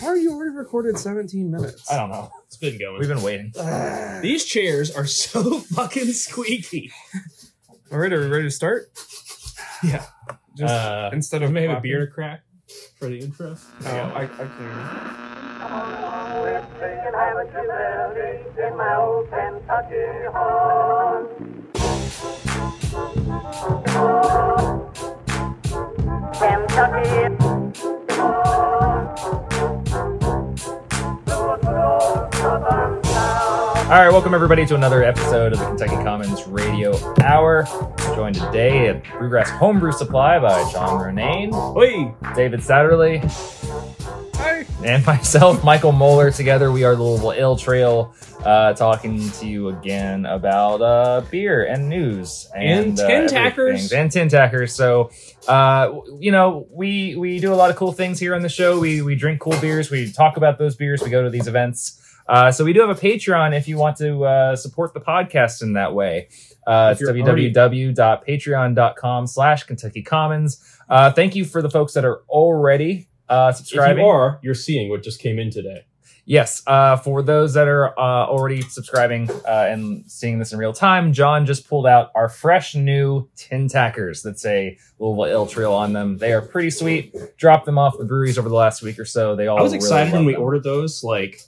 How are you already recorded 17 minutes? I don't know. It's been going. We've been waiting. Ah. These chairs are so fucking squeaky. All right, are we ready to start? Yeah. Just uh, instead I of may have a clapping- beer crack for the intro. Oh, I, I can. And I was too early in my old Kentucky home. Kentucky home. Blue, blue, southern town. All right, welcome everybody to another episode of the Kentucky Commons Radio Hour. Joined today at Brewgrass Homebrew Supply by John Renane, Oi! David Satterley, Hi. and myself, Michael Moeller. Together, we are the Louisville Ill Trail, uh, talking to you again about uh, beer and news And tin everything. tackers. and tin tackers. So, uh, w- you know, we we do a lot of cool things here on the show. We we drink cool beers. We talk about those beers. We go to these events. Uh, so we do have a Patreon if you want to uh, support the podcast in that way. Uh, it's If you're already- www.patreon.com slash Kentucky Commons. Uh, thank you for the folks that are already uh, If subscribing. you are, you're seeing what just came in today. Yes, uh, for those that are uh, already subscribing uh, and seeing this in real time, John just pulled out our fresh new tin tackers that say Louisville Ill Trail on them. They are pretty sweet. Dropped them off the breweries over the last week or so. They all. I was Oh, really excited love when we them. ordered those like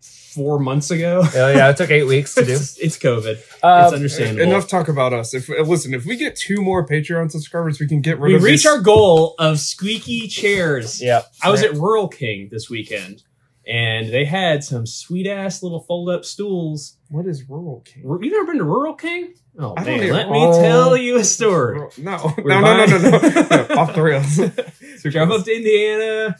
four months ago. Oh, yeah, it took eight weeks to do. it's, it's COVID. Um, it's understandable. Enough talk about us. If uh, listen, if we get two more Patreon subscribers, we can get rid We of reach these- our goal of squeaky chairs. yeah, I was at Rural King this weekend, and they had some sweet ass little fold up stools. What is rural king? Ru- You never been to Rural King? Oh I don't man, even- let me Oh. tell you a story. Rural- No. We're No, no, no, no, no, buying- No, Off the rails. Super Drove up to Indiana,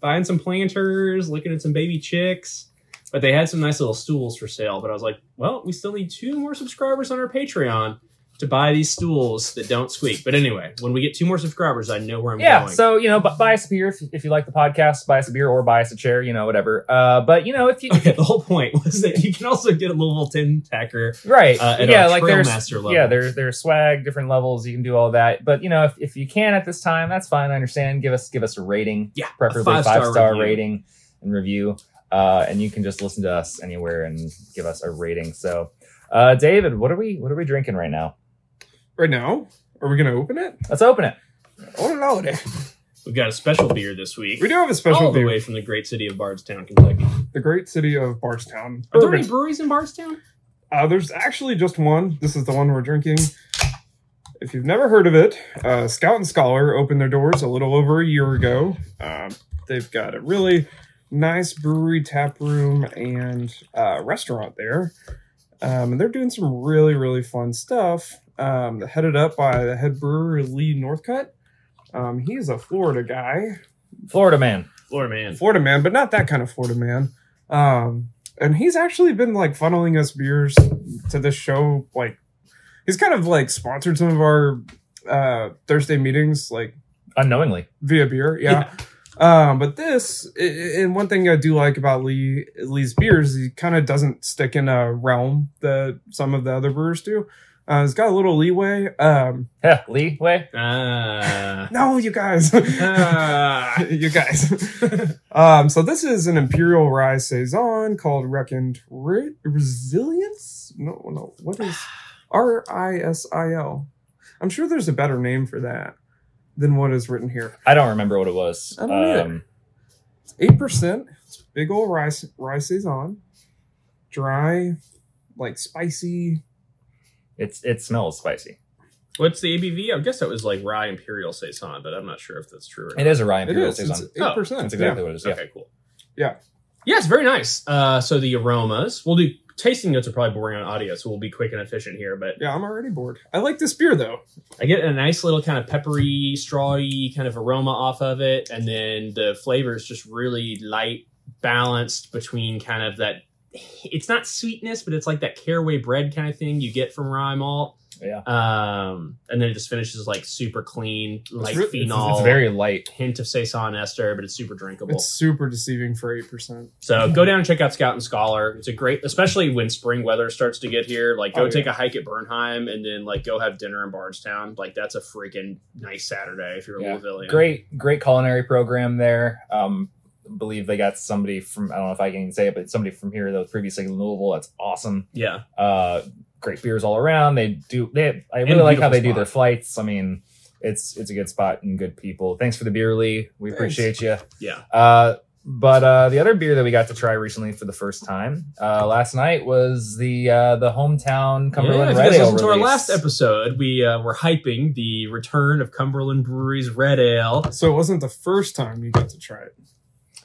buying some planters, looking at some baby chicks. But they had some nice little stools for sale. But I was like, well, we still need two more subscribers on our Patreon to buy these stools that don't squeak. But anyway, when we get two more subscribers, I know where I'm yeah. going. So you know, bu- buy us a beer if, if you like the podcast. Buy us a beer or buy us a chair. You know, whatever. Uh, but you know, if you okay, the whole point was that you can also get a Louisville Tin Tacker right, uh, at yeah, our like Trailmaster there's level. Yeah, there, there's swag, different levels. You can do all that. But you know, if, if you can at this time, that's fine. I understand. Give us give us a rating, yeah, a preferably five star, review. rating and review. Uh, and you can just listen to us anywhere and give us a rating. So, uh, David, what are we what are we drinking right now? Right now? Are we gonna open it? Let's open it. Oh no. We've got a special beer this week. We do have a all special the beer. way from the great city of Bardstown, Kentucky. The great city of Barstown. Are there Bourbon. any breweries in Bardstown? Uh, there's actually just one. This is the one we're drinking. If you've never heard of it, uh, Scout and Scholar opened their doors a little over a year ago. Um, they've got a really nice brewery, tap room, and uh, restaurant there. Um, and they're doing some really, really fun stuff. Um, headed up by the head brewer Lee Northcutt. Um, he's a Florida guy. Florida man. Lord, man. Florida man, but not that kind of Florida man. Um, and he's actually been like funneling us beers to this show. Like he's kind of like sponsored some of our uh, Thursday meetings, like Unknowingly. via beer. Yeah. Um, but this i- i- and one thing I do like about Lee Lee's beers, he kind of doesn't stick in a realm that some of the other brewers do. Uh, he's got a little leeway. Um, Yeah, Lee way. Ah. no, you guys. Ah. you guys. um, so this is an imperial rye saison called Reckoned Re- Resilience. No, no, what is R I S I L? I'm sure there's a better name for that than what is written here. I don't remember what it was. Um, I don't either. It's eight percent. It's big old rye rye saison, dry, like spicy. it's it smells spicy. What's the ABV? I guess that was like rye imperial saison, but I'm not sure if that's true. Or not. It is a Ryan It Imperial is. Saison. Oh, It's eight percent. That's exactly what it is. Yeah. Okay, cool. Yeah. Yeah, it's very nice. Uh, so the aromas, we'll do tasting notes are probably boring on audio, so we'll be quick and efficient here. But Yeah, I'm already bored. I like this beer though. I get a nice little kind of peppery, strawy kind of aroma off of it, and then the flavor is just really light, balanced between kind of that. It's not sweetness, but it's like that caraway bread kind of thing you get from rye malt. Yeah. Um, and then it just finishes like super clean, like re- it's- it's phenol, It's very light. hint of saison ester, but it's super drinkable. It's super deceiving for eight percent. So go down and check out Scout and Scholar. It's a great, especially when spring weather starts to get here. Like go Oh, yeah. take a hike at Bernheim and then like go have dinner in Bardstown. Like that's a freaking nice Saturday if you're a Yeah. Louisvillian. Great, great culinary program there. Um, believe they got somebody from I don't know if I can say it, but somebody from here that was previously in Louisville. That's awesome. Yeah. Uh, great beers all around. They do. They. I And really a like how beautiful they do spot. their flights. I mean, it's it's a good spot and good people. Thanks for the beer, Lee. We Thanks. appreciate you. Yeah. Uh, but uh, the other beer that we got to try recently for the first time uh, last night was the uh, the hometown Cumberland yeah, if Red you guys Ale listened to our release. last episode, we uh, were hyping the return of Cumberland Brewery's Red Ale. So it wasn't the first time you got to try it.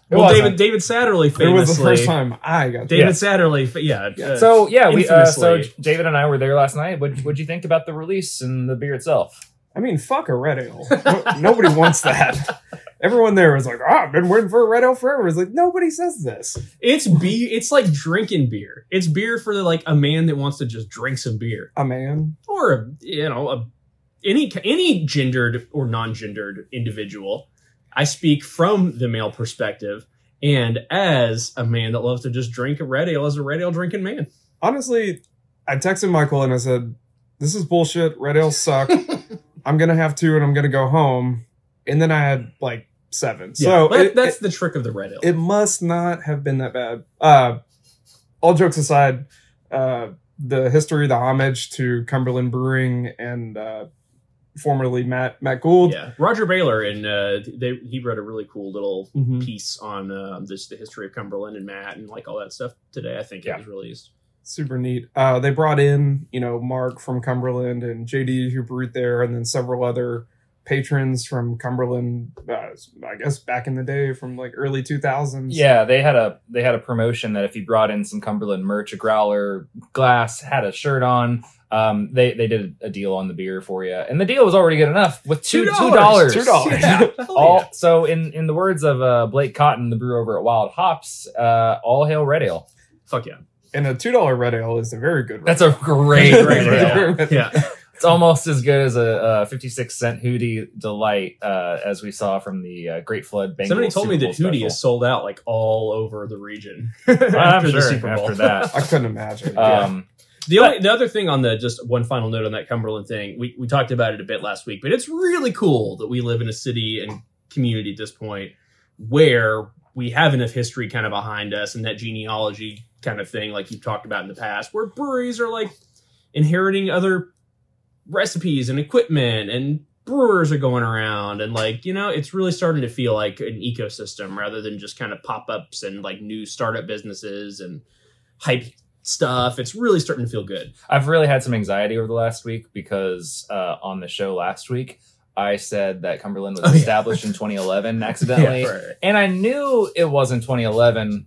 It well, wasn't. David David Satterley famously. It was the first time I got to David try Yeah. Satterley, fa- yeah. uh, So yeah, we uh, so Infamously. J- David and I were there last night. What would you think about the release and the beer itself? I mean, fuck a red ale. No- nobody wants that. Everyone there was like, oh, I've been waiting for a red ale forever. It's like, nobody says this. it's beer. It's like drinking beer. It's beer for like a man that wants to just drink some beer. A Ah, man. or you know a, any any gendered or non-gendered individual i speak from the male perspective and as a man that loves to just drink a red ale as a red ale drinking man Honestly, I texted Michael and I said, this is bullshit. Red ales suck. I'm going to have two and I'm going to go home. And then I had like seven. Yeah, so but it- that's the trick of the red ale it must not have been that bad. Uh, all jokes aside, uh, the history, the homage to Cumberland Brewing and uh, formerly Matt Matt Gould. yeah roger baylor and uh, they, he wrote a really cool little Mhm. piece on uh, this the history of cumberland and matt and like all that stuff today i think Yeah. it was released Super neat. Uh, they brought in, you know, Mark from Cumberland and JD who brewed there, and then several other patrons from Cumberland. Uh, I guess back in the day, from like early two thousands. Yeah, they had a they had a promotion that if you brought in some Cumberland merch, a growler, glass, had a shirt on, um, they they did a deal on the beer for you, and the deal was already good enough with two two dollars, Two dollars. yeah. Hell All yeah. so in in the words of uh, Blake Cotton, the brewer over at Wild Hops, uh, all hail Red Ale. fuck yeah and a two dollar red ale is a very good. That's a great Great Red Red Ale. Ale. yeah It's almost as good as a, uh fifty six cent Hootie delight uh, as we saw from the uh, Great Flood. Bengals Somebody told Super me Bowl that Hootie special. is sold out like all over the region I'm after sure the Super Bowl. after that. I couldn't imagine. Um, The only the other thing on the just one final note on that Cumberland thing, we, we talked about it a bit last week, but it's really cool that we live in a city and community at this point where we have enough history kind of behind us and that genealogy kind of thing, like you've talked about in the past, where breweries are like inheriting other recipes and equipment and brewers are going around and like you know it's really starting to feel like an ecosystem rather than just kind of pop-ups and like new startup businesses and hype stuff it's really starting to feel good I've really had some anxiety over the last week because uh, on the show last week, I said that Cumberland was Oh, yeah. established in 2011 accidentally. And I knew it wasn't 2011.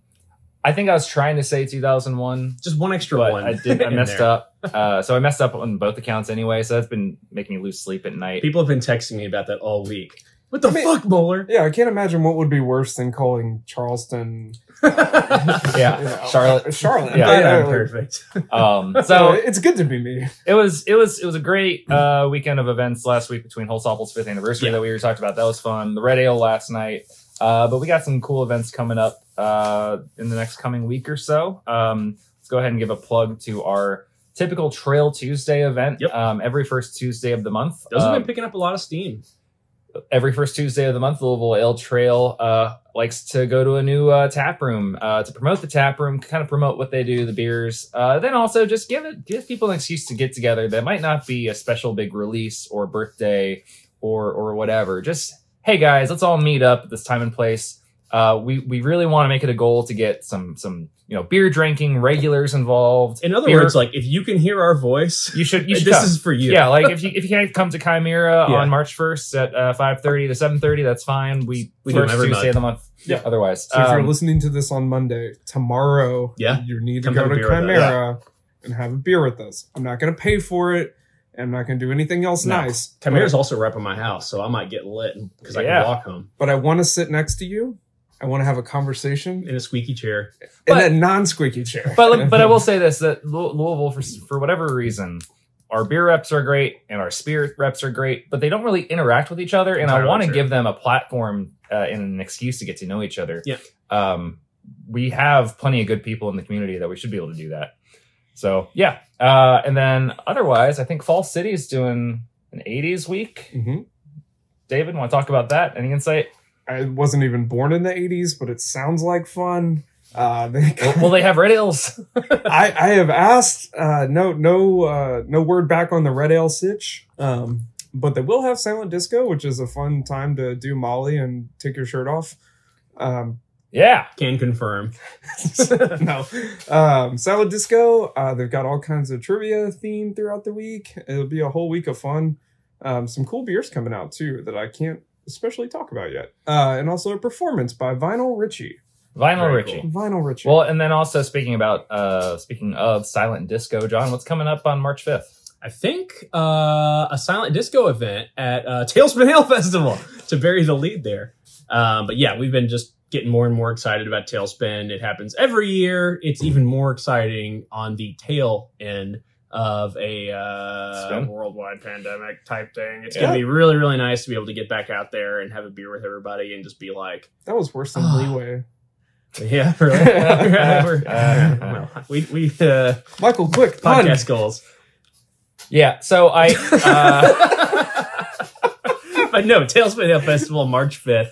I think I was trying to say 2001, just one extra but one I did. I in messed there. up. Uh, so I messed up on both accounts anyway. So that's been making me lose sleep at night. people have been texting me about that all week what the I mean- fuck bowler yeah, I can't imagine what would be worse than calling Charleston yeah, you know, Charlotte. Charlotte. Yeah. I- I- yeah, perfect Um, So so it's good to be me. it was it was it was a great uh, weekend of events last week between Holzapfel's fifth anniversary Yeah. that we already talked about. That was fun. The Red Ale last night, uh, but we got some cool events coming up uh, in the next coming week or so. Um, let's go ahead and give a plug to our typical Trail Tuesday event. Yep. Um, every first Tuesday of the month. those have Um, been picking up a lot of steam every first Tuesday of the month, Louisville Ale Trail uh, likes to go to a new uh, tap room uh, to promote the tap room, kind of promote what they do, the beers. Uh, then also just give it give people an excuse to get together. That might not be a special big release or birthday or or whatever. Just hey guys, let's all meet up at this time and place. Uh, we we really want to make it a goal to get some some you know beer drinking regulars involved. in other Beer- words like if you can hear our voice you should you should this come. is for you Yeah, like if you if you can't come to Chimera Yeah. on March first at uh, five thirty to seven thirty, that's fine. We We do first every Tuesday month. of the month. Yeah. Otherwise, So if you're um, listening to this on Monday, tomorrow, Yeah. you need to Come go have a to beer with us. Chimera and have a beer with us. I'm not going to pay for it. and I'm not going to do anything else No. nice. Chimera's also right by my house, so I might get lit because I Yeah. can walk home But I want to sit next to you. I want to have a conversation in a squeaky chair. But- in a non-squeaky chair. but look- but I will say this that Lou- Louisville for s- for whatever reason. Our beer reps are great and our spirit reps are great, but they don't really interact with each other. And I Entirely want to true. give them a platform uh, and an excuse to get to know each other. Yeah. Um, we have plenty of good people in the community that we should be able to do that. So, yeah. Uh, and then otherwise, I think Fall City is doing an 80s week. Mhm. David, want to talk about that? Any insight? I wasn't even born in the 80s, but it sounds like fun. Uh, they, Oh. Will, will they have red ales? I, I have asked, uh, no, no, uh, no word back on the Red Ale Sitch. Um, but they will have Silent Disco, which is a fun time to do Molly and take your shirt off. Um, Yeah. Can confirm. no, um, Silent Disco. Uh, they've got all kinds of trivia theme throughout the week. It'll be a whole week of fun. Um, some cool beers coming out too that I can't especially talk about yet. Uh, and also a performance by Vinyl Richie. Vinyl Very Richie. cool. Vinyl Richie. Well, and then also speaking about uh speaking of silent disco, John, what's coming up on March 5th? I think uh, a silent disco event at uh, Tailspin Hale Festival to bury the lead there. Um, but yeah, we've been just getting more and more excited about Tailspin. It happens every year. It's even more exciting on the tail end of a uh, Spin? worldwide pandemic type thing. It's Yeah. gonna be really, really nice to be able to get back out there and have a beer with everybody and just be like, that was worse than Ah. Leeway. yeah, really. We're- well, we we uh, Michael, quick pun. podcast goals. Yeah, so I uh but no, Tailspin Hill Festival, March 5th.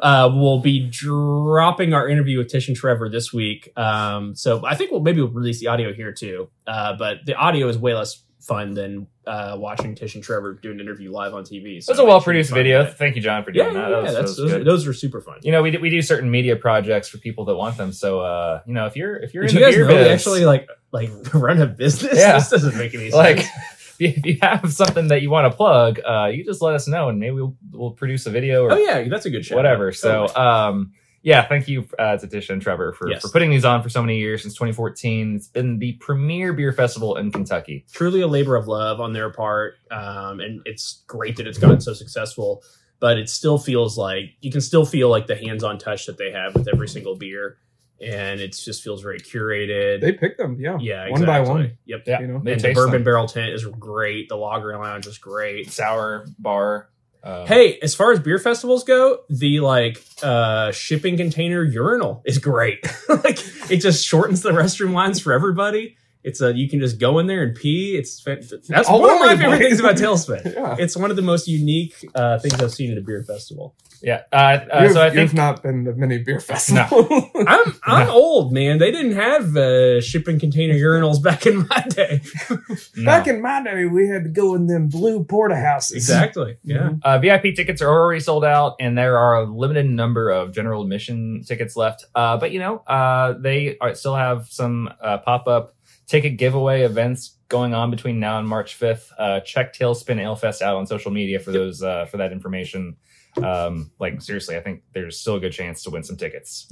Uh, we'll be dropping our interview with Tish and Trevor this week. Um, so I think we'll maybe we'll release the audio here too. Uh, but the audio is way less fun than uh, watching Tish and Trevor do an interview live on TV. So that's a it well produced should be fun. video. Thank you, John, for Yeah, yeah, doing that. yeah, that. was- that that's, was those, good. those are super fun. you know, we do, we do certain media projects for people that want them. So, uh, you know, if you're if you're Did in you the guys beer know they biz, actually like like run a business? Yeah. This doesn't make any sense. like if you have something that you want to plug, uh, you just let us know, and maybe we'll, we'll produce a video or oh yeah, that's a good show. whatever. So, um, yeah, thank you uh, to Tisha and Trevor for, Yes. for putting these on for so many years since 2014. It's been the premier beer festival in Kentucky. truly a labor of love on their part um, and it's great that it's gotten so successful but it still feels like you can still feel like the hands-on touch that they have with every single beer and it just feels very curated They picked them. Yeah. yeah One by exactly. one. yep Yeah, You know, they and the taste bourbon them. barrel tent is great the lager lounge is great sour bar. Uh, hey as far as beer festivals go the like uh shipping container urinal is great like it just shortens the restroom lines for everybody it's a you can just go in there and pee it's fan- that's All one of over my the favorite place. things about tailspin Yeah. it's one of the most unique uh things i've seen at a beer festival Yeah. Uh, uh, you've, so I you've think not been to many beer festivals. i'm i'm old man they didn't have uh shipping container urinals back in my day no. Back in my day, we had to go in them blue porterhouses. exactly yeah Uh, VIP tickets are already sold out, and there are a limited number of general admission tickets left. Uh, but you know, uh, they are, still have some uh, pop up ticket giveaway events going on between now and March fifth. Uh, check Tailspin Alefest out on social media for those uh, for that information. Um, like seriously, I think there's still a good chance to win some tickets.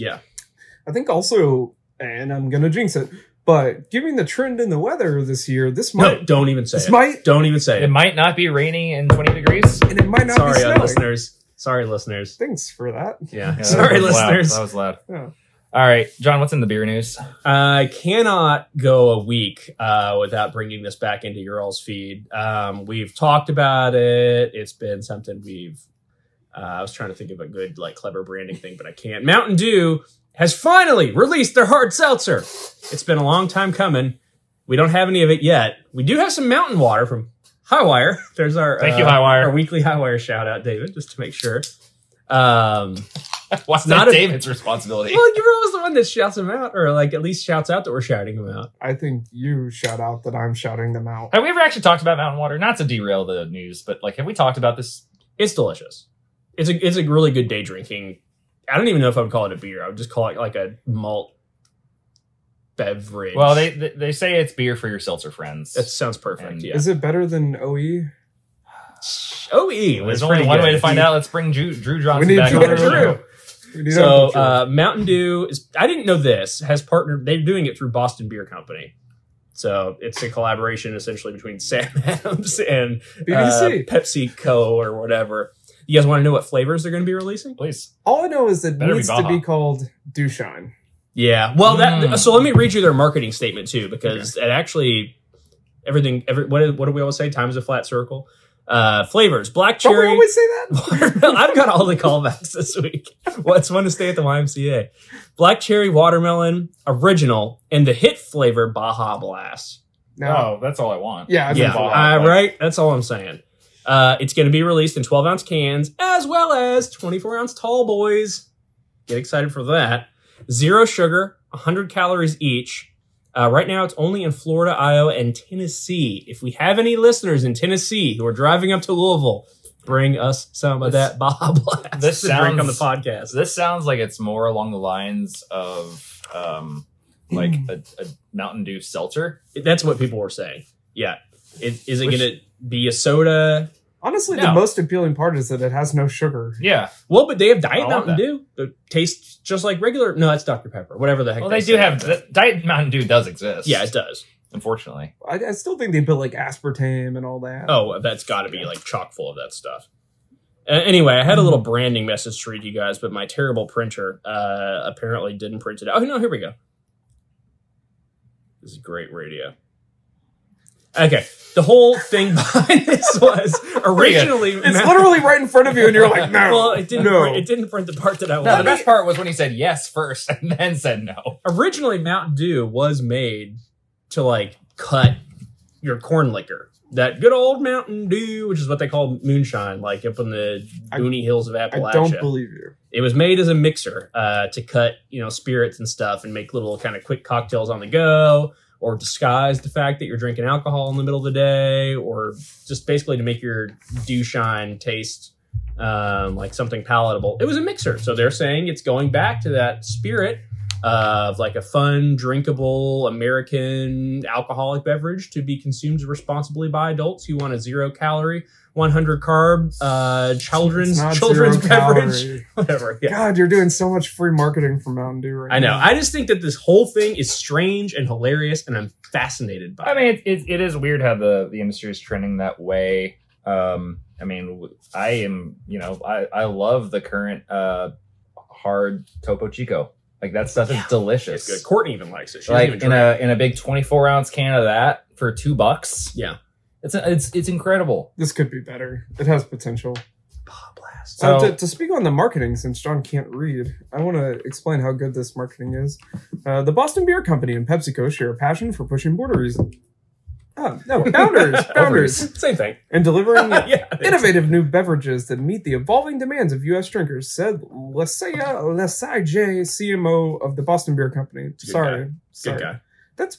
I think also, and I'm gonna jinx it, but given the trend in the weather this year, this might, no don't even say this it might, don't even say It it might not be rainy and 20 degrees. and it might not be sorry uh, snowing. listeners sorry listeners Thanks for that. yeah, Yeah, sorry that was loud. listeners That was loud. Yeah. All right, John, what's in the beer news? I cannot go a week uh, without bringing this back into your all's feed. Um, we've talked about it. It's been something we've. Uh, I was trying to think of a good, like, clever branding thing, but I can't. Mountain Dew has finally released their hard seltzer. It's been a long time coming. We don't have any of it yet. We do have some mountain water from Highwire. There's our Thank uh, you, Highwire. our weekly Highwire shout out, David, just to make sure. Um, What's not not a- David's responsibility? well, you're always the one that shouts him out, or like at least shouts out that we're shouting him out. I think you shout out that I'm shouting them out. Have we ever actually talked about mountain water? Not to derail the news, but like, have we talked about this? It's delicious. It's a it's a really good day drinking. I don't even know if I would call it a beer. I would just call it like a malt beverage. Well, they they, they say it's beer for your seltzer friends. that sounds perfect. And- yeah. Is it better than E? OE? OE was There's only E, pretty one good. way to find out. Let's bring Drew, Drew Johnson need back Drew on the Johnson. show. We need So Uncle Drew. uh, Mountain Dew is. I didn't know this has partnered. They're doing it through Boston Beer Company. So it's a collaboration essentially between Sam Adams and uh, BBC. Pepsi Co or whatever. You guys want to know what flavors they're going to be releasing? Please. All I know is that it better be needs to Baja. be called Dewshine. Yeah. Well, that. Mm. So let me read you their marketing statement too, because it actually everything. Every what? do- What do we always say? Time's a flat circle. Uh, flavors: black Don't we cherry. always say that? watermelon. I've got all the callbacks this week. What's fun to stay at the YMCA? Black cherry watermelon original and the hit flavor Baja Blast. No. Oh, that's all I want. Yeah, I That's think yeah, Baja, uh, like- right. That's all I'm saying. Uh, it's going to be released in 12 ounce cans as well as 24 ounce tall boys. Get excited for that. Zero sugar, 100 calories each. Uh, right now, it's only in Florida, Iowa, and Tennessee. If we have any listeners in Tennessee who are driving up to Louisville, bring us some of This- that Baja Blast this to drink on the sounds- podcast. This sounds like it's more along the lines of um, like a, a Mountain Dew seltzer. That's what people were saying. Yeah. It, is it Which- going to be a soda? Honestly, No. the most appealing part is that it has no sugar. Yeah. Well, but they have I Diet want that. Mountain Dew that tastes just like regular. No, that's Dr. Pepper, whatever the heck. Well, they do say. have the, Diet Mountain Dew does exist. Yeah, it does. unfortunately. I, I still think they built like aspartame and all that. Oh, that's got to be like chock full of that stuff. Uh, anyway, I had a little Mm. branding message to read you guys, but my terrible printer uh, apparently didn't print it out. Oh, no, here we go. This is great radio. Okay, the whole thing behind this was originally. It's literally right in front of you, and you're like, no. Well, it didn't. No. Print, it didn't print the part that I No, the wanted. best part was when he said yes first and then said no. originally Mountain Dew was made to like cut your corn liquor. That good old Mountain Dew, which is what they call moonshine, like up in the I- boony hills of Appalachia. I don't believe you. it was made as a mixer uh, to cut, you know, spirits and stuff and make little kind of quick cocktails on the go or disguise the fact that you're drinking alcohol in the middle of the day or just basically to make your dew shine taste um, like something palatable. It was a mixer. So they're saying it's going back to that spirit of like a fun, drinkable American alcoholic beverage to be consumed responsibly by adults who want a zero calorie, 100 carb, uh, children's, It's not children's zero beverage calorie. whatever. Yeah. God, you're doing so much free marketing for Mountain Dew right I know. now. I just think that this whole thing is strange and hilarious, and I'm fascinated by. I it. mean, it, it, it is weird how the, the industry is trending that way. Um, I mean, w- I am, you know, I, I love the current uh, hard Topo Chico. Like that stuff Yeah. is delicious. it's good. Courtney even likes it. She doesn't like even in drink. a in a big 24 ounce can of that for two bucks. Yeah. It's it's it's incredible. This could be better. It has potential. Bah, blast. So, So- to, to speak on the marketing, since John can't read, I want to explain how good this marketing is. Uh, the Boston Beer Company and PepsiCo share a passion for pushing borders. Oh, no, boundaries, boundaries, Same thing. and delivering yeah. innovative new beverages that meet the evolving demands of U.S. drinkers, said Lasaya Lesage, CMO of the Boston Beer Company. a good Sorry, Good sorry, guy. that's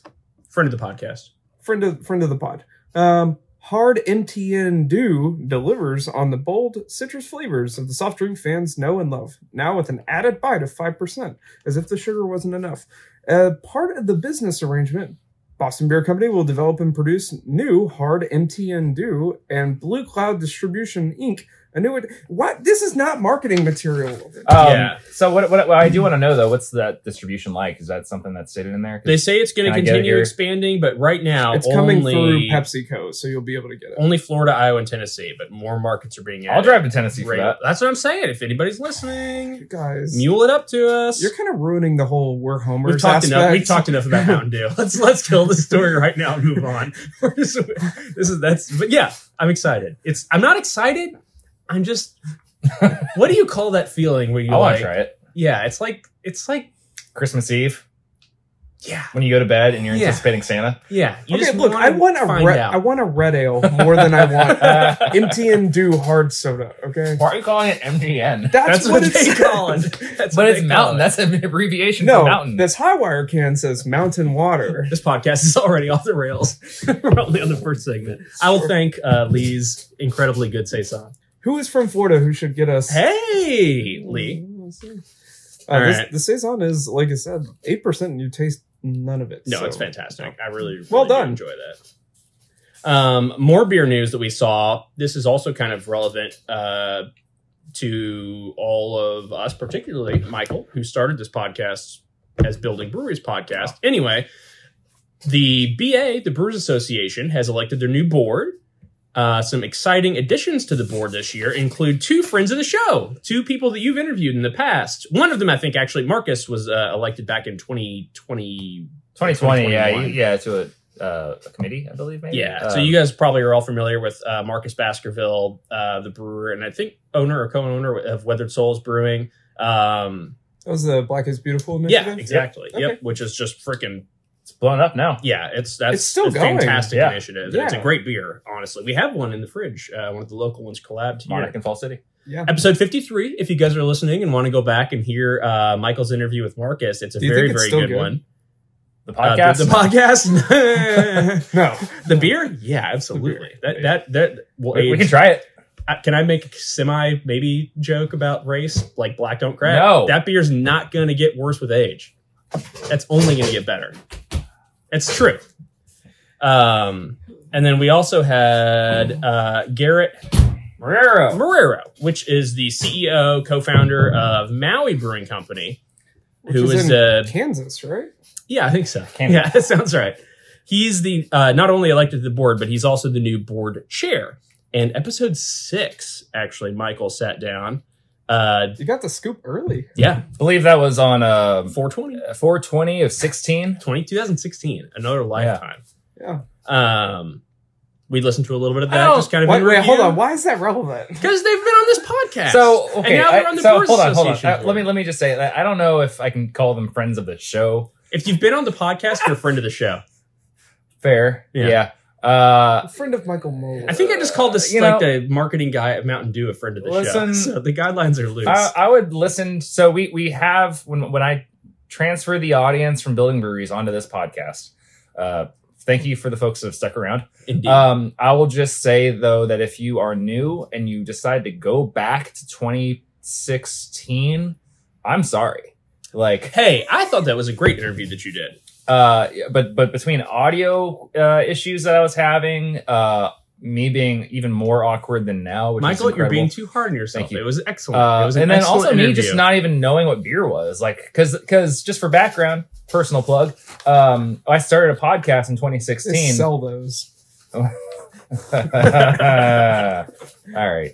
Friend of the podcast. friend of friend of the pod. Um, Hard MTN Dew delivers on the bold citrus flavors of the soft drink fans know and love, now with an added bite of 5%, as if the sugar wasn't enough. As part of the business arrangement, Boston Beer Company will develop and produce new Hard MTN Dew and Blue Cloud Distribution Inc. A new ad- what? This is not marketing material. Um, Yeah. So what, what, what I do want to know though, what's that distribution like? Is that something that's stated in there? 'Cause They say it's going Can I to get it continue here? expanding, but right now It's coming only through PepsiCo, so you'll be able to get it. only Florida, Iowa, and Tennessee. But more markets are being. I'll added. drive to Tennessee for Right. that. That's what I'm saying. If anybody's listening, Guys, mule it up to us. you're kind of ruining the whole we're homers We've talked enough. aspect. We've talked enough about Mountain Dew. Let's let's kill the story right now and move on. We're just, this is that's. But yeah, I'm excited. It's. I'm not excited. I'm just. What do you call that feeling where you I want like? to try it. Yeah, it's like it's like Christmas Eve yeah when you go to bed and you're Yeah. anticipating Santa. yeah. You okay, just look, I wanna want a find red, out. I want a red ale more than I want MTN Dew hard soda. Okay, Why are you calling it MGN? that's, that's what, it's they call it. That's but what it's they call mountain. it. That's an abbreviation No, for mountain. this high wire can says mountain water. This podcast is already off the rails. We're only on the first segment. I will thank uh, Lee's incredibly good saison. Who is from Florida who should get us? Hey, Lee. Uh, this, Alright. The saison is like I said, eight percent, and you taste none of it. No, so. it's fantastic. I really, really Well do done. enjoy that. Um, more beer news that we saw. This is also kind of relevant uh, to all of us, particularly Michael, who started this podcast as Building Breweries podcast. Anyway, the BA, the Brewers Association, has elected their new board. Uh, some exciting additions to the board this year include two friends of the show, two people that you've interviewed in the past. One of them, I think, actually, Marcus was uh, elected back in 2020. 2020. Yeah, 2021. you- yeah, to a, uh, a committee, I believe. Maybe. Yeah. Um, so you guys probably are all familiar with uh, Marcus Baskerville, uh, the brewer, and I think owner or co-owner of Weathered Souls Brewing. Um, That was the Black is Beautiful yeah, initiative. exactly. Yep. Okay. Which is just freaking it's blown up now. Yeah, it's that's It's still a going. fantastic Yeah. initiative. and It's a Yeah. great beer, honestly. We have one in the fridge. Uh, one of the local ones collabed here. Monarch and Fall City. Yeah. Episode 53, if you guys are listening and want to go back and hear uh, Michael's interview with Marcus, it's a Do you very, think it's very still good, good? one. The Uh, podcast. the, the podcast? No. the beer? Yeah, absolutely. The beer. That, that, that will we, we age. can try it. I- can I make a semi maybe joke about race? Like black don't crack? No. That beer's not going to get worse with age. That's only going to get better. It's true. Um, and then we also had uh, Garrett Marrero. Marrero, which is the CEO, co-founder of Maui Brewing Company. Which Who is, in uh, Kansas, right? Yeah, I think so. Canada. Yeah, that sounds right. He's the uh, not only elected to the board, but he's also the new board chair. And episode six, actually, Michael sat down. Uh, You got the scoop early. yeah, believe that was on uh, 420, 420 of 16. 20, 2016, another lifetime. Yeah. Um, we listened to a little bit of that. Oh, just kind of Wait, wait, hold on. Why is that relevant? because they've been on this podcast. So okay, and now they're I- on the so Brewers hold on, hold on. Association Uh, let me let board. me just say that I don't know if I can call them friends of the show. If you've been on the podcast, you're a friend of the show. Fair, Yeah. yeah. Uh, A friend of Michael Moeller. I think I just called this You like know- the marketing guy at Mountain Dew a friend of the Listen- show. So the guidelines are loose. I, I would listen. So we we have when when I transfer the audience from building breweries onto this podcast. Uh, thank you for the folks that have stuck around. Indeed. Um, I will just say though that if you are new and you decide to go back to 2016, I'm sorry. Like hey, I thought that was a great interview that you did. uh but but between audio uh issues that i was having uh me being even more awkward than now which is Michael, you're incredible. being too hard on yourself. Thank you. It was excellent. Oh, it uh, was an and then excellent also me interview. just not even knowing what beer was like because because just for background personal plug um i started a podcast in They 2016 sell those. all right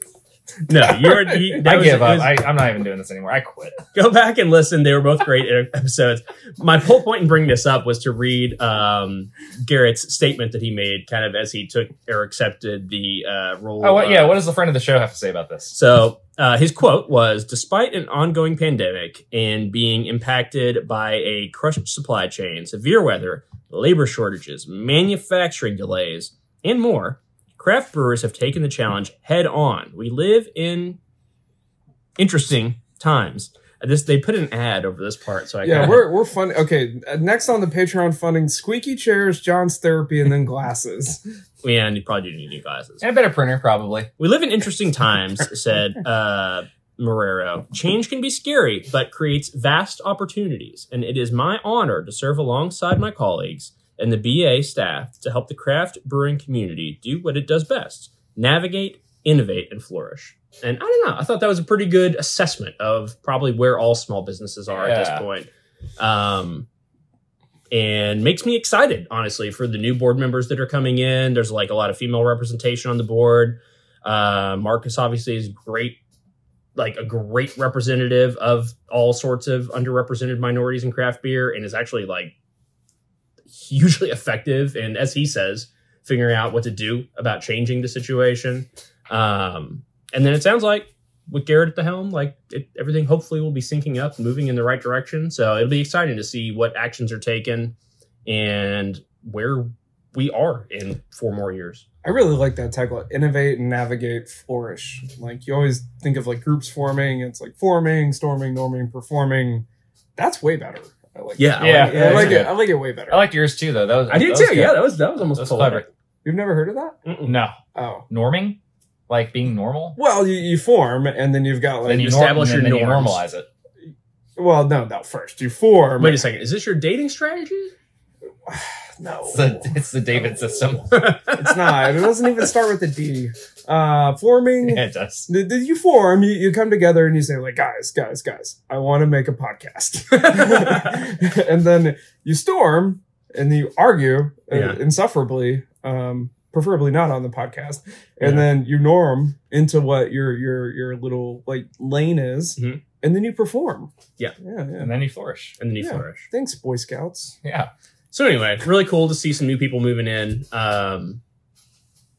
No, you're. You, that i was- give it up was- I, i'm not even doing this anymore i quit go back and listen. They were both great inter- episodes. My whole point in bringing this up was to read um, Garrett's statement that he made, kind of as he took or accepted the uh, role. oh what, of- yeah what does the friend of the show have to say about this So uh, his quote was Despite an ongoing pandemic and being impacted by a crushed supply chain, severe weather, labor shortages, manufacturing delays, and more, craft brewers have taken the challenge head on. We live in interesting times. Uh, This They put an ad over this part, so I Yeah, kinda- we're we're fun. Okay, uh, next on the Patreon funding: squeaky chairs, John's therapy, and then glasses. yeah, and you probably do need new glasses. and a better printer probably We live in interesting times, said uh, Marrero. Change can be scary, but creates vast opportunities, and it is my honor to serve alongside my colleagues and the BA staff to help the craft brewing community do what it does best navigate, innovate, and flourish. And I don't know, I thought that was a pretty good assessment of probably where all small businesses are at this Yeah. point. Um, and makes me excited, honestly, for the new board members that are coming in. There's like a lot of female representation on the board. Uh, Marcus obviously is great, like a great representative of all sorts of underrepresented minorities in craft beer, and is actually like hugely effective. And as he says, figuring out what to do about changing the situation. Um, and then it sounds like with Garrett at the helm, like it, everything hopefully will be syncing up, moving in the right direction. So it'll be exciting to see what actions are taken and where we are in four more years. I really like that tagline: innovate and navigate, flourish. Like you always think of like groups forming. It's like forming, storming, norming, performing. That's way better. I like. Yeah, Yeah. That. I like Yeah. it. I like it way better. i liked yours too though that was I did that was too. good. Yeah, that was that was almost That was poetic. You've never heard of that? Mm-mm. no Oh. norming, like being normal. Well, you, you form, and then you've got like. Then you, establish establish norm, and then your you norms. normalize it. well, no, no. First, you form. Wait a second. Is this your dating strategy? no. It's the, it's the David system. it's not. It doesn't even start with a D. Uh, forming. Yeah, it does. Th- th- you form you, you come together and you say like guys guys guys i want to make a podcast and then you storm and you argue uh, Yeah. insufferably um preferably not on the podcast and Yeah. then you norm into what your your your little like lane is Mhm. and then you perform Yeah. yeah yeah And then you flourish. and then you Yeah. flourish. thanks boy scouts Yeah. So anyway, really cool to see some new people moving in. Um,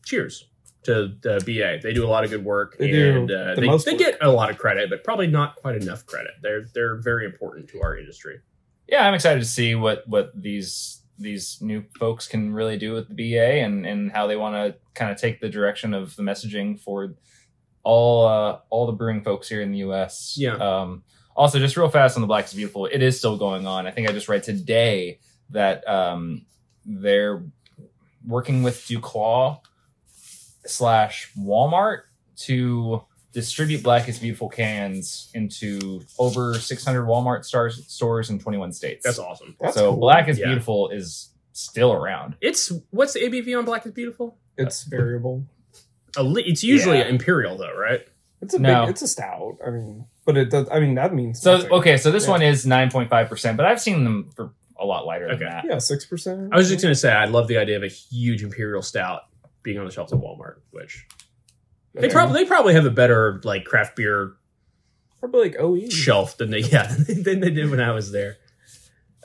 cheers to the BA. They do a lot of good work, They do and uh, the they, most they work. get a lot of credit, but probably not quite enough credit. They're they're very important to our industry. Yeah, I'm excited to see what what these these new folks can really do with the BA and and how they want to kind of take the direction of the messaging for all uh, all the brewing folks here in the U.S. Yeah. Um, also, just real fast on the Black is Beautiful, it is still going on. I think I just read today that um, they're working with Duclaw slash Walmart to distribute Black is Beautiful cans into over 600 Walmart stars, stores in 21 states. That's awesome. That's so cool. Black is Yeah. Beautiful is still around. It's what's the ABV on Black is Beautiful? It's variable. Elite. It's usually Yeah. imperial though, right? It's a No. big, it's a stout. I mean, but it does. I mean, that means So nothing. okay, so this Yeah. one is 9.5%, but I've seen them for a lot lighter Okay. than that. Yeah, six percent. I was just gonna say I love the idea of a huge imperial stout being on the shelves at Walmart, which they probably they probably have a better like craft beer probably like E. OE. shelf than they yeah than they did when I was there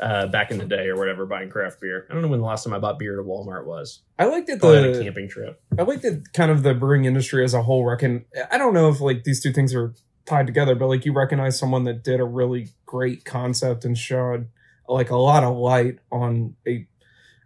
uh, back in the day or whatever buying craft beer. I don't know when the last time I bought beer at Walmart was. I like that Probably on a the camping trip. I like that kind of the brewing industry as a whole. Reckon I don't know if like these two things are tied together, but like you recognize someone that did a really great concept and showed like a lot of light on a,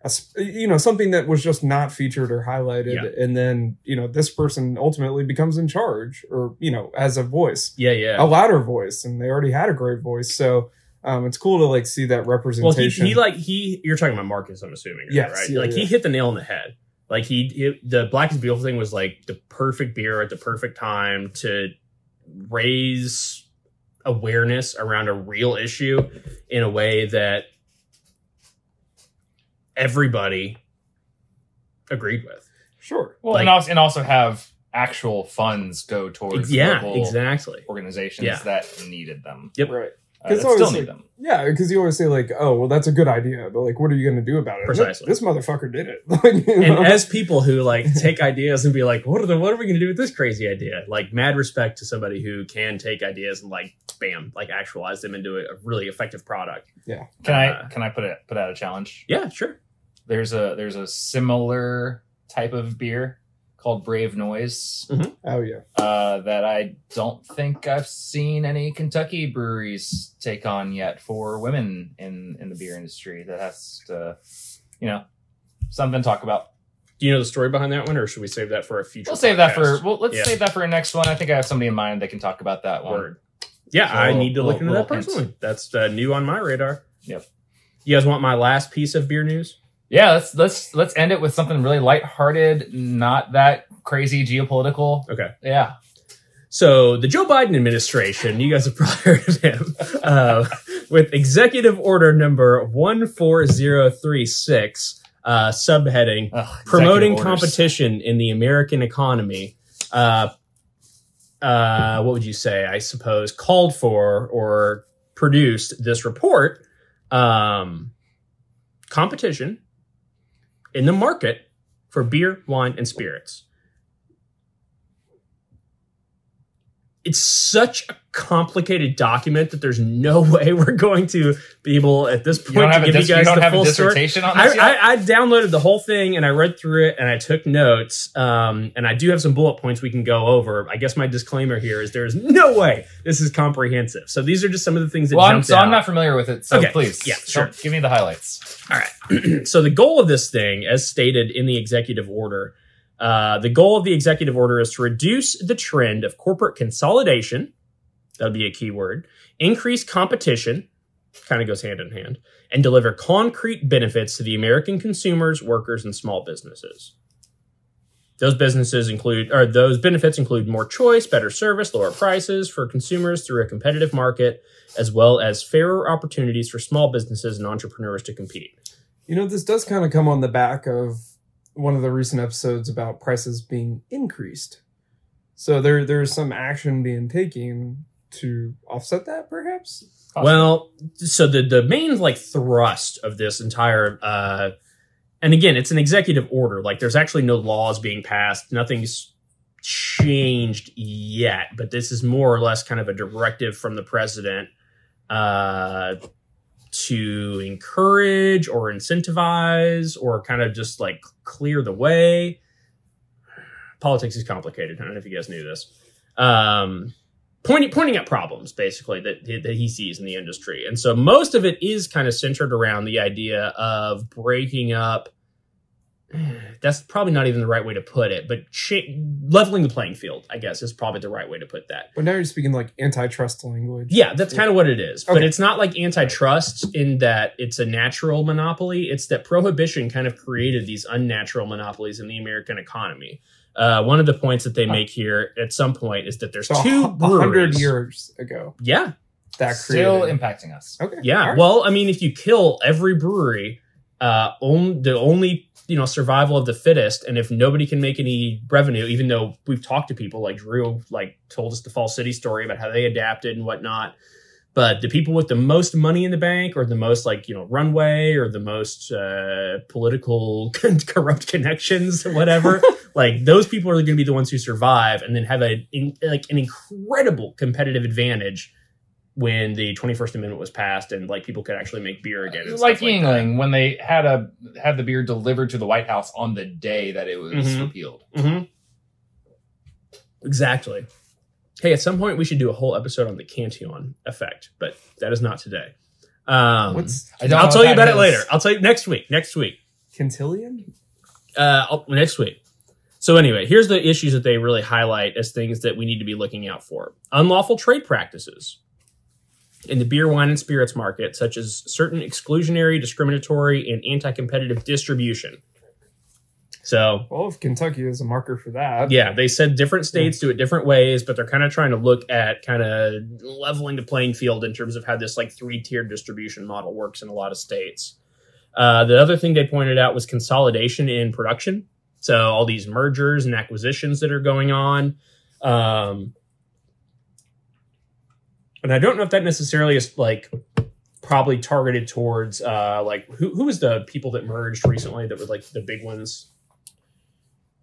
a s- you know something that was just not featured or highlighted, Yeah. and then you know this person ultimately becomes in charge or you know as a voice, Yeah, yeah. a louder voice, and they already had a great voice, so. Um, it's cool to like see that well, he, representation. he like he you're talking about Marcus, I'm assuming. Yeah, Yes, right. yeah, like yeah. he hit the nail on the head. Like he, he- the Black is Beautiful thing was like the perfect beer at the perfect time to raise awareness around a real issue in a way that everybody agreed with. sure, Well, and Like- also and also have actual funds go towards yeah, local exactly. organizations Yeah. that needed them. Yep. right. Uh, 'Cause that always, still need like, them. Yeah, because you always say like, "Oh, well, that's a good idea," but like, what are you going to do about it? Precisely. This, this motherfucker did it. Like, you know? and as people who like take ideas and be like, what are the what are we gonna do with this crazy idea? Like mad respect to somebody who can take ideas and like bam, like actualize them into a, a really effective product. Can I uh, can I put it put out a challenge? Yeah, sure. There's a there's a similar type of beer called Brave Noise oh yeah, uh, that I don't think I've seen any Kentucky breweries take on yet for women in in the beer industry. That has to, you know, something to talk about. Do you know the story behind that one or should we save that for a future? We'll save that for podcast? well, let's Yeah. save that for our next one. I think I have somebody in mind that can talk about that one. word. Yeah, So I need to look little- into that little hints. personally. That's uh, new on my radar. Yep. You guys want my last piece of beer news? Yeah, let's let's let's end it with something really lighthearted, not that crazy geopolitical. Okay. Yeah. So the Joe Biden administration, you guys have probably heard of him, uh, with executive order number 14036, uh, subheading Ugh, promoting executive orders. competition in the American economy. Uh, uh, what would you say? I suppose called for or produced this report. Um, competition in the market for beer, wine, and spirits. It's such a complicated document that there's no way we're going to be able at this You don't point to have a, give dis- you you guys don't the have a full story. dissertation on this I, yet? I, I downloaded the whole thing and I read through it and I took notes. Um, and I do have some bullet points we can go over. I guess my disclaimer here is there is no way this is comprehensive. So these are just some of the things that well, I'm, jumped so out. I'm not familiar with it. So Okay. please, Yeah, sure. sure. give me the highlights. so the goal of this thing, as stated in the executive order, uh, the goal of the executive order is to reduce the trend of corporate consolidation. That'll be a key word. Increase competition, kind of goes hand in hand, and deliver concrete benefits to the American consumers, workers, and small businesses. Those businesses include, or those benefits include more choice, better service, lower prices for consumers through a competitive market, as well as fairer opportunities for small businesses and entrepreneurs to compete. you know, this does kind of come on the back of one of the recent episodes about prices being increased. So there, there's some action being taken to offset that, perhaps. Well, so the the main like thrust of this entire uh and again, it's an executive order. Like there's actually no laws being passed. Nothing's changed yet, but this is more or less kind of a directive from the president uh to encourage or incentivize or kind of just like clear the way. Politics is complicated. I don't know if you guys knew this. Um pointing pointing at problems basically that that he sees in the industry, and so most of it is kind of centered around the idea of breaking up. That's probably not even the right way to put it, but cha- leveling the playing field, I guess, is probably the right way to put that. But now you're speaking like antitrust language. Yeah, that's kind of what it is. But Okay. it's not like antitrust in that it's a natural monopoly. It's that prohibition kind of created these unnatural monopolies in the American economy. Uh, one of the points that they make here at some point is that there's So two a hundred breweries. years ago yeah, that still created. impacting us. okay. yeah. all right. Well, I mean, if you kill every brewery, uh, on, the only you know survival of the fittest, and if nobody can make any revenue, even though we've talked to people like Drew, like told us the Fall City story about how they adapted and whatnot. But the people with the most money in the bank, or the most like you know runway, or the most uh, political corrupt connections, whatever, like those people are going to be the ones who survive, and then have a in, like an incredible competitive advantage when the 21st Amendment was passed, and like people could actually make beer again. and like stuff that. Yingling when they had a had the beer delivered to the White House on the day that it was Mhm. repealed. hmm Exactly. Hey, at some point we should do a whole episode on the Cantillon effect, but that is not today. Um, What's I I'll know tell what you that about it is. later. I'll tell you next week. Next week. Cantillion? Uh, I'll- next week. So anyway, here's the issues that they really highlight as things that we need to be looking out for: unlawful trade practices in the beer, wine, and spirits market, such as certain exclusionary, discriminatory, and anti-competitive distribution. So Well, if Kentucky is a marker for that, yeah, they said different states do it different ways, but they're kind of trying to look at kind of leveling the playing field in terms of how this like three tiered distribution model works in a lot of states. Uh, the other thing they pointed out was consolidation in production. So all these mergers and acquisitions that are going on. Um, and I don't know if that necessarily is like probably targeted towards uh, like who, who was the people that merged recently that were like the big ones?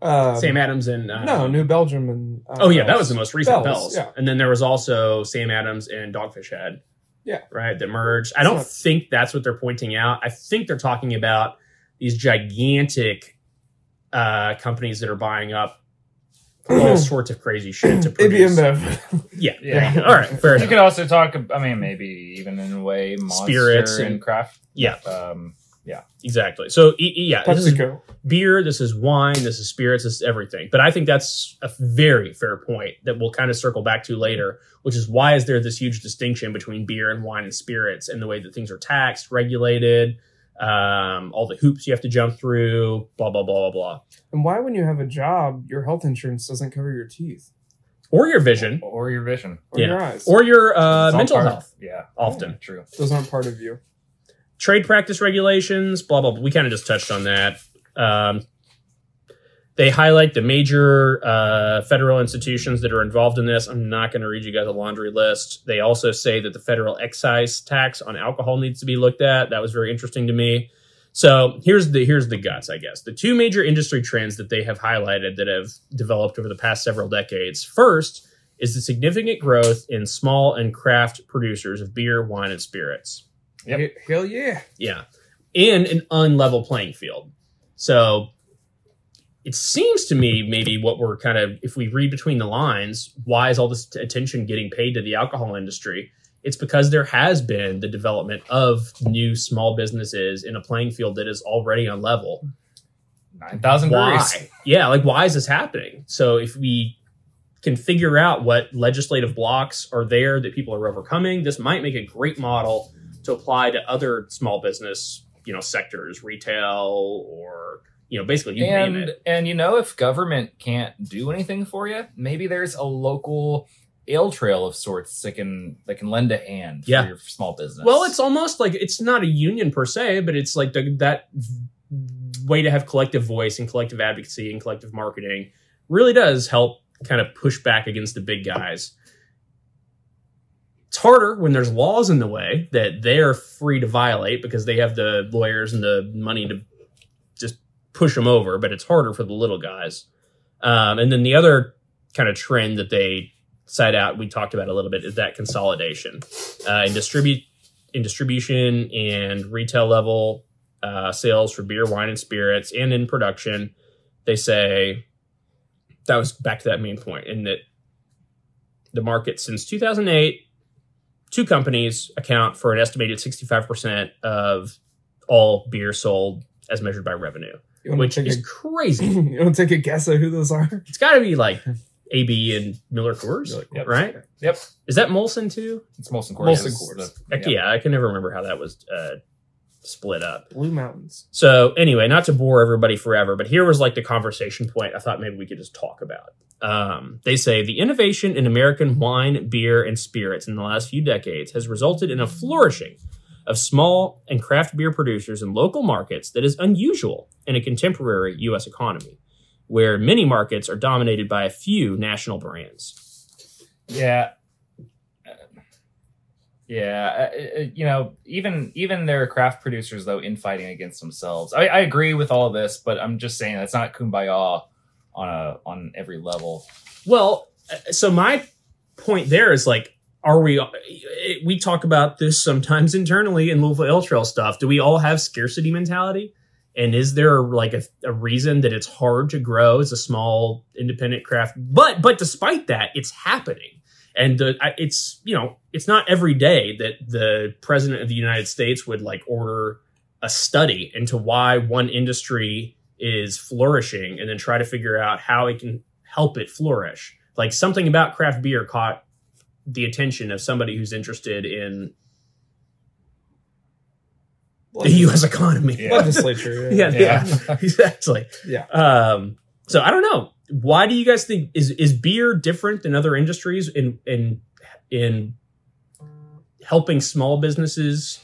Um, Sam Adams and uh, no, New Belgium and uh, Oh yeah, that Wales. was the most recent Bells, Bells. yeah. And then there was also Sam Adams and Dogfish Head. Yeah. Right, that merged. I It's don't not- think that's what they're pointing out. I think they're talking about these gigantic uh, companies that are buying up all sorts of crazy shit to AB produce. InBev. Yeah. Yeah. All right. Fair You enough. could also talk. ab- I mean, maybe even in a way, monster Spirits and- and, craft. Yeah. Um, Exactly. So e- e- yeah, this is PepsiCo. beer, this is wine, this is spirits, this is everything. But I think that's a very fair point that we'll kind of circle back to later, which is why is there this huge distinction between beer and wine and spirits and the way that things are taxed, regulated, um, all the hoops you have to jump through, blah blah blah blah blah, And why, when you have a job, your health insurance doesn't cover your teeth or your vision, or your vision. or Yeah. your eyes? or your uh, It's all mental part of- health. Yeah. Often. Yeah, true. Those aren't part of you. trade practice regulations, blah blah. blah. We kind of just touched on that. Um, they highlight the major uh, federal institutions that are involved in this. I'm not going to read you guys a laundry list. They also say that the federal excise tax on alcohol needs to be looked at. That was very interesting to me. So here's the here's the guts, I guess. The two major industry trends that they have highlighted that have developed over the past several decades. First is the significant growth in small and craft producers of beer, wine, and spirits. Yep. He- Hell yeah. Yeah. And an unlevel playing field. So it seems to me maybe what we're kind of, if we read between the lines, why is all this t- attention getting paid to the alcohol industry? It's because there has been the development of new small businesses in a playing field that is already unlevel Nine thousand breweries. why? Yeah, like why is this happening? So if we can figure out what legislative blocks are there that people are overcoming, this might make a great model to apply to other small business, you know, sectors, retail or you know, basically you name and it. and you know if government can't do anything for you maybe there's a local ale trail of sorts that can that can lend a hand Yeah. for your small business Well, it's almost like it's not a union per se, but it's like the, that way to have collective voice and collective advocacy and collective marketing really does help kind of push back against the big guys. It's harder when there's laws in the way that they're free to violate because they have the lawyers and the money to just push them over, but it's harder for the little guys. Um, and then the other kind of trend that they cite out, we talked about a little bit, is that consolidation uh, and distribute in distribution and retail level uh, sales for beer, wine, and spirits, and in production. They say that was back to that main point, and that the market since 2008, two companies account for an estimated 65% of all beer sold as measured by revenue, You want which to take is a crazy. you want to take a guess at who those are? It's got to be like AB and Miller Coors, Yep. right? Yep. Is that Molson too? It's Molson Coors. Molson It's Coors. the- Heck yeah. yeah, I can never remember how that was uh, split up. Blue Mountains. So anyway, not to bore everybody forever, but here was like the conversation point I thought maybe we could just talk about. Um, they say the innovation in American wine, beer, and spirits in the last few decades has resulted in a flourishing of small and craft beer producers in local markets that is unusual in a contemporary U.S. economy, where many markets are dominated by a few national brands. Yeah. Uh, Yeah, uh, uh, you know, even even their craft producers though in fighting against themselves. I, I agree with all of this, but I'm just saying that's not kumbaya on a on every level. Well, uh, so my point there is like, are we? We talk about this sometimes internally in Louisville L Trail stuff. Do we all have scarcity mentality? And is there like a, a reason that it's hard to grow as a small independent craft? But but despite that, it's happening, and the, I- it's you know it's not every day that the president of the United States would like order a study into why one industry is flourishing, and then try to figure out how it can help it flourish. Like something about craft beer caught the attention of somebody who's interested in the U.S. economy. Yeah. Legislature. yeah, yeah, Yeah. exactly. Yeah. Um, so I don't know. Why do you guys think is is beer different than other industries in in in helping small businesses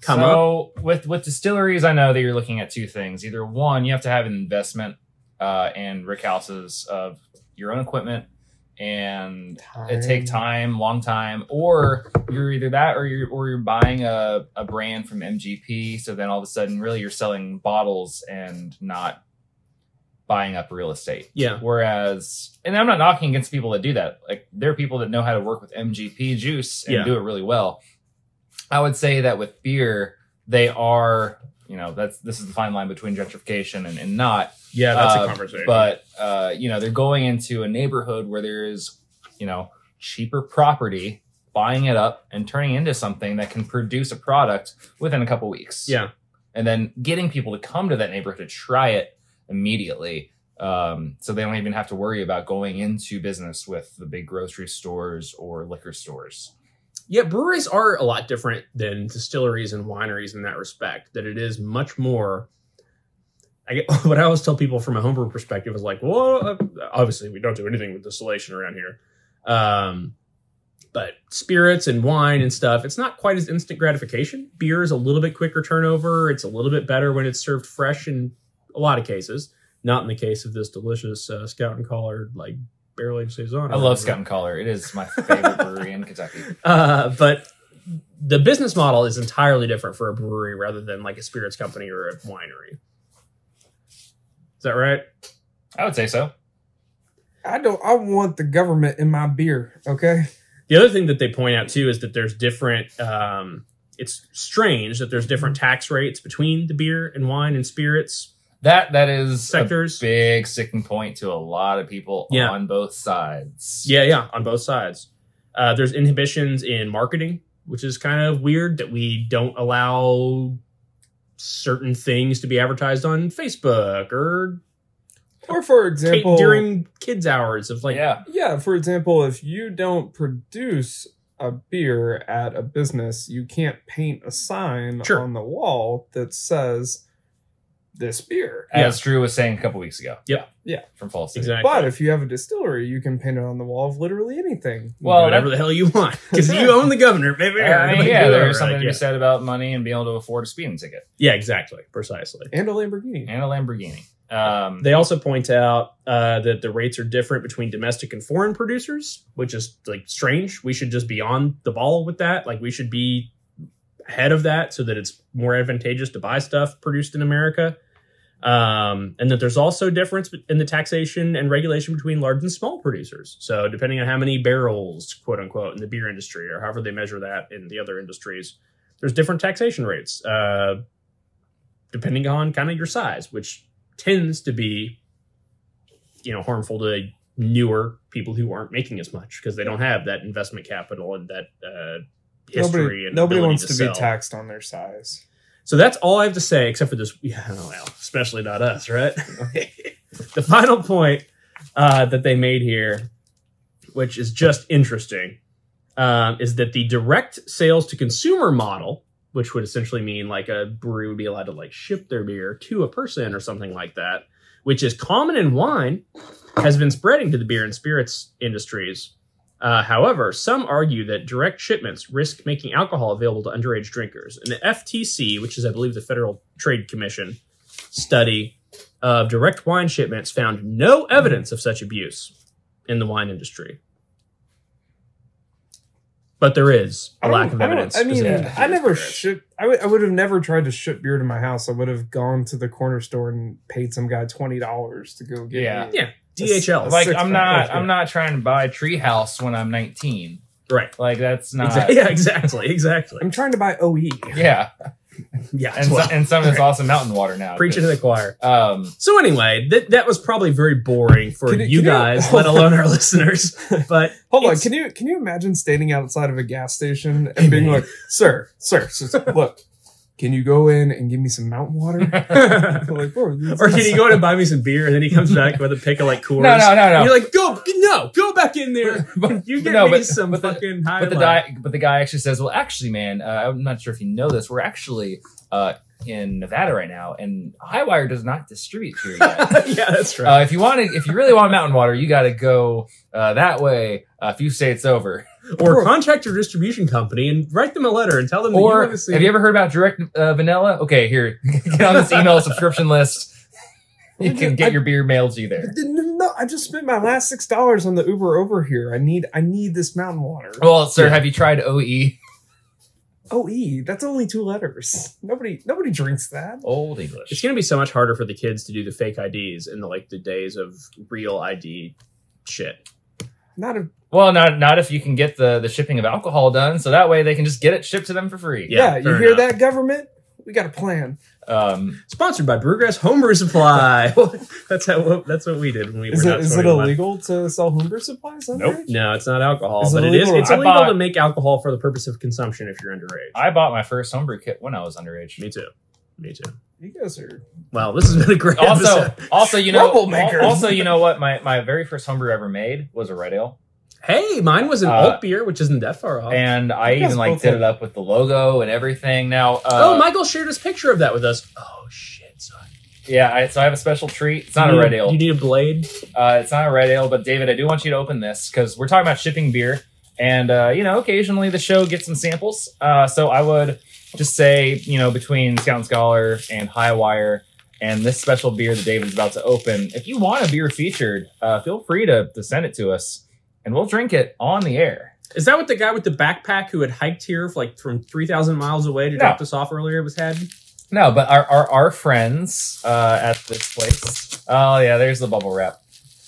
come up? so with with distilleries, I know that you're looking at two things. Either one, you have to have an investment uh, and rickhouses of your own equipment, and it take time, long time, or you're either that or you're or you're buying a, a brand from MGP. So then all of a sudden, really, you're selling bottles and not buying up real estate. Yeah. Whereas, and I'm not knocking against people that do that. Like there are people that know how to work with MGP juice and Yeah. do it really well. I would say that with beer, they are, you know, that's this is the fine line between gentrification and, and not. Yeah, Uh, conversation. But uh, you know, they're going into a neighborhood where there is, you know, cheaper property, buying it up and turning it into something that can produce a product within a couple weeks yeah, and then getting people to come to that neighborhood to try it immediately. Um, so they don't even have to worry about going into business with the big grocery stores or liquor stores. yeah, breweries are a lot different than distilleries and wineries in that respect. That it is much more. I get, what I always tell people from a homebrew perspective is like, well, uh, obviously we don't do anything with distillation around here, um, but spirits and wine and stuff, it's not quite as instant gratification. Beer is a little bit quicker turnover. It's a little bit better when it's served fresh in a lot of cases. Not in the case of this delicious uh, Scout and Collar like barrel aged saison. I love Scout and Collar. It is my favorite brewery in Kentucky. Uh, but the business model is entirely different for a brewery rather than like a spirits company or a winery. Is that right? I would say so. I don't. I want the government in my beer. Okay. The other thing that they point out too is that there's different. Um, it's strange that there's different tax rates between the beer and wine and spirits That that is a sectors. big sticking point to a lot of people Yeah. on both sides. Yeah, yeah, on both sides. Uh, there's inhibitions in marketing, which is kind of weird that we don't allow certain things to be advertised on Facebook or Or for ta- example, during kids' hours of like yeah. yeah, for example, if you don't produce a beer at a business, you can't paint a sign Sure. on the wall that says this beer. As Drew was saying a couple weeks ago. Yep. Yeah. From Fall City. exactly But if you have a distillery, you can paint it on the wall of literally anything. well, Well, whatever the hell you want because you own the governor, baby. I mean, Like, Uh, yeah, whatever, there's something like, to yeah. be said about money and being able to afford a speeding ticket. yeah, exactly, precisely. And a Lamborghini. and a Lamborghini. Um, They also point out uh, that the rates are different between domestic and foreign producers, which is like strange. We should just be on the ball with that. Like we should be ahead of that so that it's more advantageous to buy stuff produced in America. Um, and that there's also difference in the taxation and regulation between large and small producers. So depending on how many barrels, quote unquote, in the beer industry or however they measure that in the other industries, there's different taxation rates uh, depending on kind of your size, which tends to be you know harmful to newer people who aren't making as much because they don't have that investment capital and that uh, history nobody, and nobody ability wants to, to, sell. be taxed on their size. So that's all I have to say, except for this. Yeah, well, especially not us, right? the final point uh, that they made here, which is just interesting, um, is that the direct sales to consumer model, which would essentially mean like a brewery would be allowed to like ship their beer to a person or something like that, which is common in wine, has been spreading to the beer and spirits industries. Uh, however, some argue that direct shipments risk making alcohol available to underage drinkers. And the FTC, which is, I believe, the Federal Trade Commission study of direct wine shipments, found no evidence of such abuse in the wine industry. But there is a I lack don't- of I don't- evidence. I mean, specific to I never spirits. ship. I would- I would have never tried to ship beer to my house. I would have gone to the corner store and paid some guy twenty dollars to go get. Yeah. me. Yeah, DHL. Like Six I'm pack, not okay. I'm not trying to buy a treehouse when I'm 19. right. Like that's not Exa- yeah, exactly. Exactly. I'm trying to buy E. OE. yeah. Yeah. And well, so, and some of this awesome mountain water now. preaching to the choir. Um So anyway, that that was probably very boring for Can you- you can you- guys, let alone our listeners. But Hold on, It's- can you can you imagine standing outside of a gas station and being man. like, "Sir, sir, sir look, can you go in and give me some mountain water?" or like, "Bro, this can is- you go in and buy me some beer, and then he comes back with a pick of like Coors? No, no, no, And no. you're like, go, no, go back in there. But, You get No, me but- some but the- fucking high. but the guy but the guy actually says, "Well, actually, man, uh, I'm not sure if you know this. We're actually uh in Nevada right now and Highwire does not distribute here yet." yeah, that's right. Uh, if you want to, if you really want mountain water, you got to go uh, that way. Uh, a few states over. or contact your distribution company and write them a letter and tell them. Or that have you ever heard about direct uh, vanilla? Okay, here, get on this email subscription list. You can get your beer mailed to you there. No, I just spent my last six dollars on the Uber over here. I need I need this mountain water. Oh. Well, sir, have you tried E? OE? OE, E, that's only two letters. Nobody nobody drinks that. Old It's English. going to be so much harder for the kids to do the fake IDs in the like the days of real ID shit. Not a Well, not not if you can get the the shipping of alcohol done, so that way they can just get it shipped to them for free. Yeah, yeah. you fair hear enough. that, government? We got a plan. Um, Sponsored by Brewgrass Homebrew Supply. that's how. That's what we did when we Is were it not is it 21. illegal to sell homebrew supplies? Nope. underage? No, it's not alcohol, Is it but it is. illegal? It's I illegal bought- to make alcohol for the purpose of consumption if you're underage. I bought my first homebrew kit when I was underage. Me too. Me too. You guys are Wow, this has been a great Also, episode. also, you know, Troublemakers. also, you know what? My my very first homebrew I ever made was a red ale. Hey, mine was an Uh, alt beer, which isn't that far off. and I You guys even like both did have- it up with the logo and everything. Now, uh, oh, Michael shared his picture of that with us. Oh shit, son. yeah. I, so I have a special treat. It's not You a need red ale. You need a blade. uh, it's not a red ale, but David, I do want you to open this because we're talking about shipping beer, and uh, you know, occasionally the show gets some samples. Uh, so I would just say, you know, between Scout and Scholar and High Wire and this special beer that David's about to open, if you want a beer featured, uh, feel free to, to send it to us, and we'll drink it on the air. Is that what the guy with the backpack who had hiked here like from three thousand miles away to No. drop us off earlier was had? No, but our our, our friends uh, at this place. Oh yeah, there's the bubble wrap.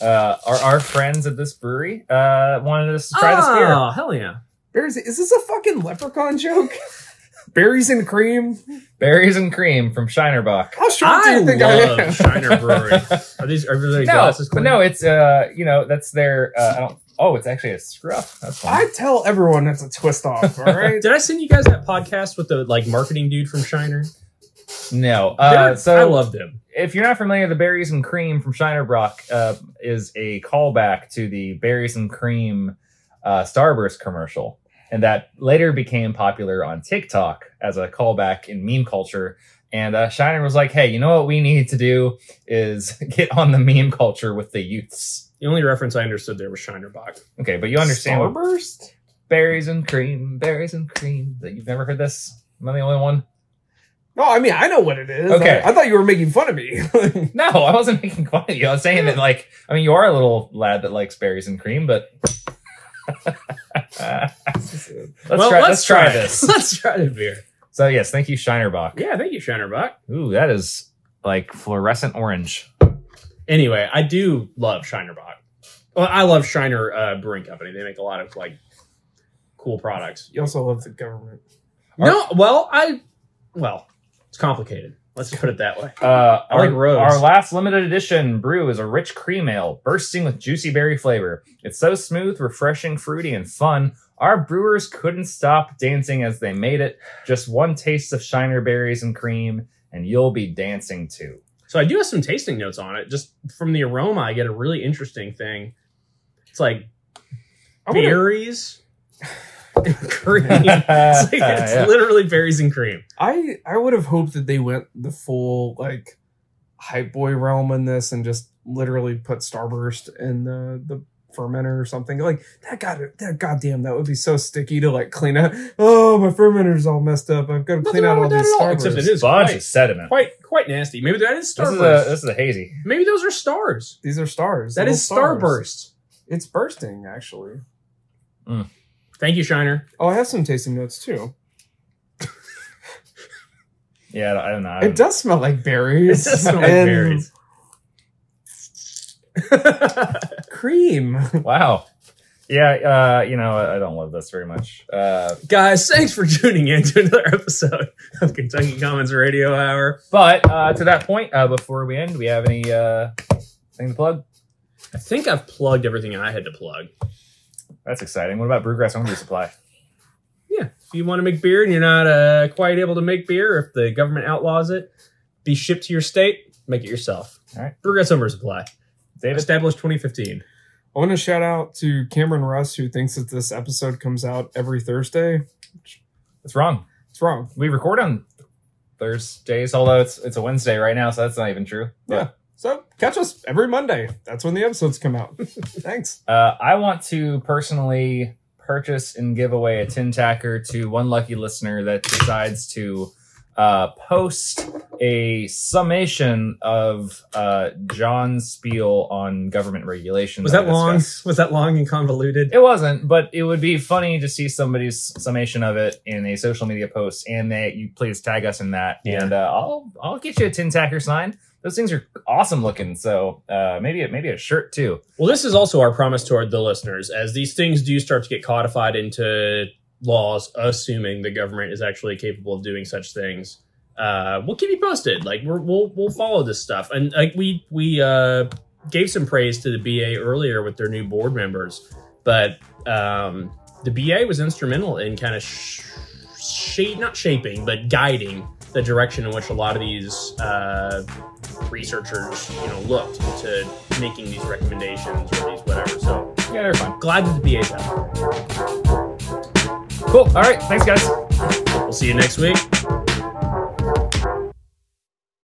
Uh, our our friends at this brewery uh, wanted us to try this beer. Oh hell yeah! berries. Is this a fucking leprechaun joke? berries and cream. Berries and cream from Shinerbach. How short do I you think I am? love Shiner Brewery. Are these are their No, glasses but clean? no, it's uh, you know, that's their. Uh, I don't. Oh, it's actually a scruff. That's fine. I tell everyone that's a twist off. All right. Did I send you guys that podcast with the like marketing dude from Shiner? no. They're- Uh, so I love them. if you're not familiar, the berries and cream from Shinerbach uh, is a callback to the berries and cream uh, Starburst commercial, and that later became popular on TikTok as a callback in meme culture. And uh, Shiner was like, "Hey, you know what we need to do is get on the meme culture with the youths." The only reference I understood there was Shinerbach. Okay, but you understand what Starburst? berries and cream, berries and cream. That you've never heard this? Am I the only one? No, I mean I know what it is. Okay. I, I thought you were making fun of me. No, I wasn't making fun of you. I was saying that, like, I mean, you are a little lad that likes berries and cream, but. let's try. Let's, try, this. let's try the beer. So yes, thank you, Shinerbach. Yeah, thank you, Shinerbach. Ooh, that is like fluorescent orange. Anyway, I do love Shinerbach. Well, I love Shiner uh, Brewing Company. They make a lot of like cool products. you also love the government. No, well, I well, it's complicated. Let's put it that way. Uh, I like our, rose. Our last limited edition brew is a rich cream ale, bursting with juicy berry flavor. It's so smooth, refreshing, fruity, and fun. Our brewers couldn't stop dancing as they made it. Just one taste of Shiner berries and cream, and you'll be dancing too. So I do have some tasting notes on it. Just from the aroma, I get a really interesting thing. It's like I wanna- berries and cream. it's like, it's Yeah. literally berries and cream. I I would have hoped that they went the full like hype boy realm in this and just literally put Starburst in the the fermenter or something. Like that got that goddamn that would be so sticky to like clean out. Oh, my fermenter's all messed up. I've got to clean Nothing out wrong all with that these at all, Starburst. except it is Bunch quite- of sediment. Quite quite nasty. Maybe that is This is starburst. a this is a hazy. Maybe those are stars. These are stars. That little is stars. starburst. It's bursting actually. Thank you, Shiner. Oh, I have some tasting notes too. Yeah, I don't- I don't know. I It don't- does smell like berries. Um, It does smell like and berries. Cream. Wow. Yeah, uh, you know, I I don't love this very much. Uh, Guys, thanks for tuning in to another episode of Kentucky Commons Radio Hour. but uh, to that point, uh, before we end, we have any uh, thing to plug? I think I've plugged everything I had to plug. That's exciting. What about Brewgrass Home Brew Supply? yeah, if you want to make beer and you're not uh, quite able to make beer, if the government outlaws it, be shipped to your state, make it yourself. All right. Brewgrass Summer Supply, David? established 2015. I want to shout out to Cameron Russ, who thinks that this episode comes out every Thursday. It's wrong. It's wrong. We record on Thursdays, although it's it's a Wednesday right now, so that's not even true. Yeah. So catch us every Monday. That's when the episodes come out. Thanks. Uh, I want to personally purchase and give away a tin tacker to one lucky listener that decides to uh, post a summation of uh, John Spiel on government regulation. Was that we long? discussed. Was that long and convoluted? It wasn't, but it would be funny to see somebody's summation of it in a social media post, and that you please tag us in that, Yeah. and uh, I'll I'll get you a tin tacker sign. Those things are awesome looking, so uh, maybe maybe a shirt too. Well, this is also our promise toward the listeners, as these things do start to get codified into laws, assuming the government is actually capable of doing such things. Uh, we'll keep you posted. Like we're, we'll we'll follow this stuff, and like we we uh, gave some praise to the BA earlier with their new board members, but um, the BA was instrumental in kind of sh- shape not shaping, but guiding the direction in which a lot of these. Uh, researchers, you know, looked into making these recommendations or these whatever. So Yeah, they're fun. glad that the BA's out. Cool. All right, thanks guys. We'll see you next week.